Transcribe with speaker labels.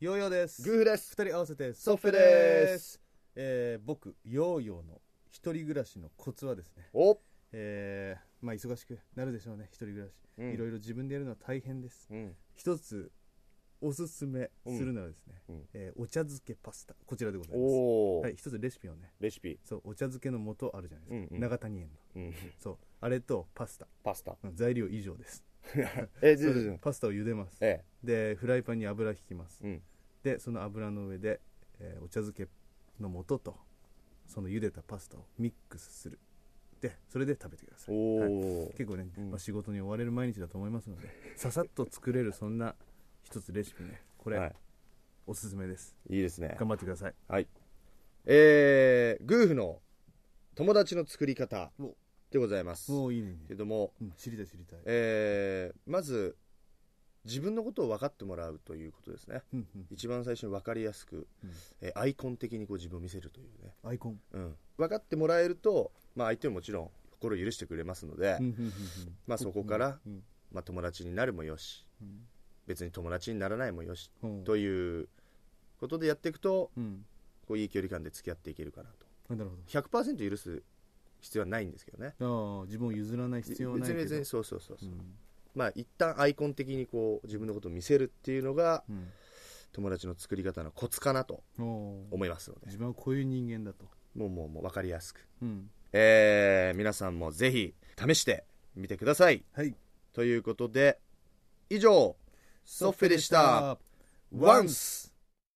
Speaker 1: ヨーヨーです
Speaker 2: グーフです
Speaker 1: 二人合わせて
Speaker 2: ソフェです
Speaker 1: えー僕ヨーヨーの一人暮らしのコツはですね
Speaker 2: お
Speaker 1: えーまあ忙しくなるでしょうね一人暮らし、
Speaker 2: うん
Speaker 1: いろいろ自分でやるのは大変です
Speaker 2: うん
Speaker 1: 一つおすすめするならですね、
Speaker 2: うんうん
Speaker 1: えーお茶漬けパスタこちらでございます
Speaker 2: おお、
Speaker 1: はい、一つレシピをね
Speaker 2: レシピ
Speaker 1: そうお茶漬けの素あるじゃないですか、
Speaker 2: うんうん
Speaker 1: 長谷園の
Speaker 2: うん
Speaker 1: そうあれとパスタ
Speaker 2: パスタ
Speaker 1: うん材料以上です
Speaker 2: えず
Speaker 1: そ
Speaker 2: ず
Speaker 1: う
Speaker 2: ず
Speaker 1: ですパスタを茹でます
Speaker 2: え
Speaker 1: でフライパンに油引きます
Speaker 2: えうん
Speaker 1: でその油の上で、えーお茶漬けの素とその茹でたパスタをミックスするでそれで食べてくださ
Speaker 2: お
Speaker 1: い、
Speaker 2: お
Speaker 1: はい、
Speaker 2: ー、
Speaker 1: 結構ね、
Speaker 2: うん
Speaker 1: まあ、仕事に追われる毎日だと思います のでささっと作れるそんな一つレシピねこれ、
Speaker 2: はい
Speaker 1: おすすめです
Speaker 2: いいですね
Speaker 1: 頑張ってください
Speaker 2: はいえー、グーフの友達の作り方
Speaker 1: お
Speaker 2: でございます
Speaker 1: もういいね、
Speaker 2: けども
Speaker 1: うん、知りたい知りたい
Speaker 2: えー、まず自分のことを分かってもらうということですね
Speaker 1: うんうん
Speaker 2: 一番最初に分かりやすく、
Speaker 1: うん
Speaker 2: えーアイコン的にこう自分を見せるというね、
Speaker 1: アイコン
Speaker 2: うん、分かってもらえると、まあ、相手ももちろん心を許してくれますので、
Speaker 1: うんうんうんうん
Speaker 2: まあ、そこから、
Speaker 1: うん
Speaker 2: まあ、友達になるもよし
Speaker 1: うん
Speaker 2: 別に友達にならないもよし
Speaker 1: うん
Speaker 2: ということでやっていくと
Speaker 1: うん
Speaker 2: こういい距離感で付き合っていけるかなと
Speaker 1: あなるほ
Speaker 2: 100%許す必要はないんですけどね
Speaker 1: どああ自分を譲らない必要はないけど
Speaker 2: 別に別にそうそうそうそう、
Speaker 1: うん
Speaker 2: まあ一旦アイコン的にこう自分のことを見せるっていうのが
Speaker 1: うん
Speaker 2: 友達の作り方のコツかなと
Speaker 1: おー
Speaker 2: 思いますので
Speaker 1: 自分はこういう人間だと
Speaker 2: もうもうもう分かりやすく
Speaker 1: うん
Speaker 2: えー皆さんもぜひ試してみてください
Speaker 1: はい
Speaker 2: ということで以上ソッフェでした Once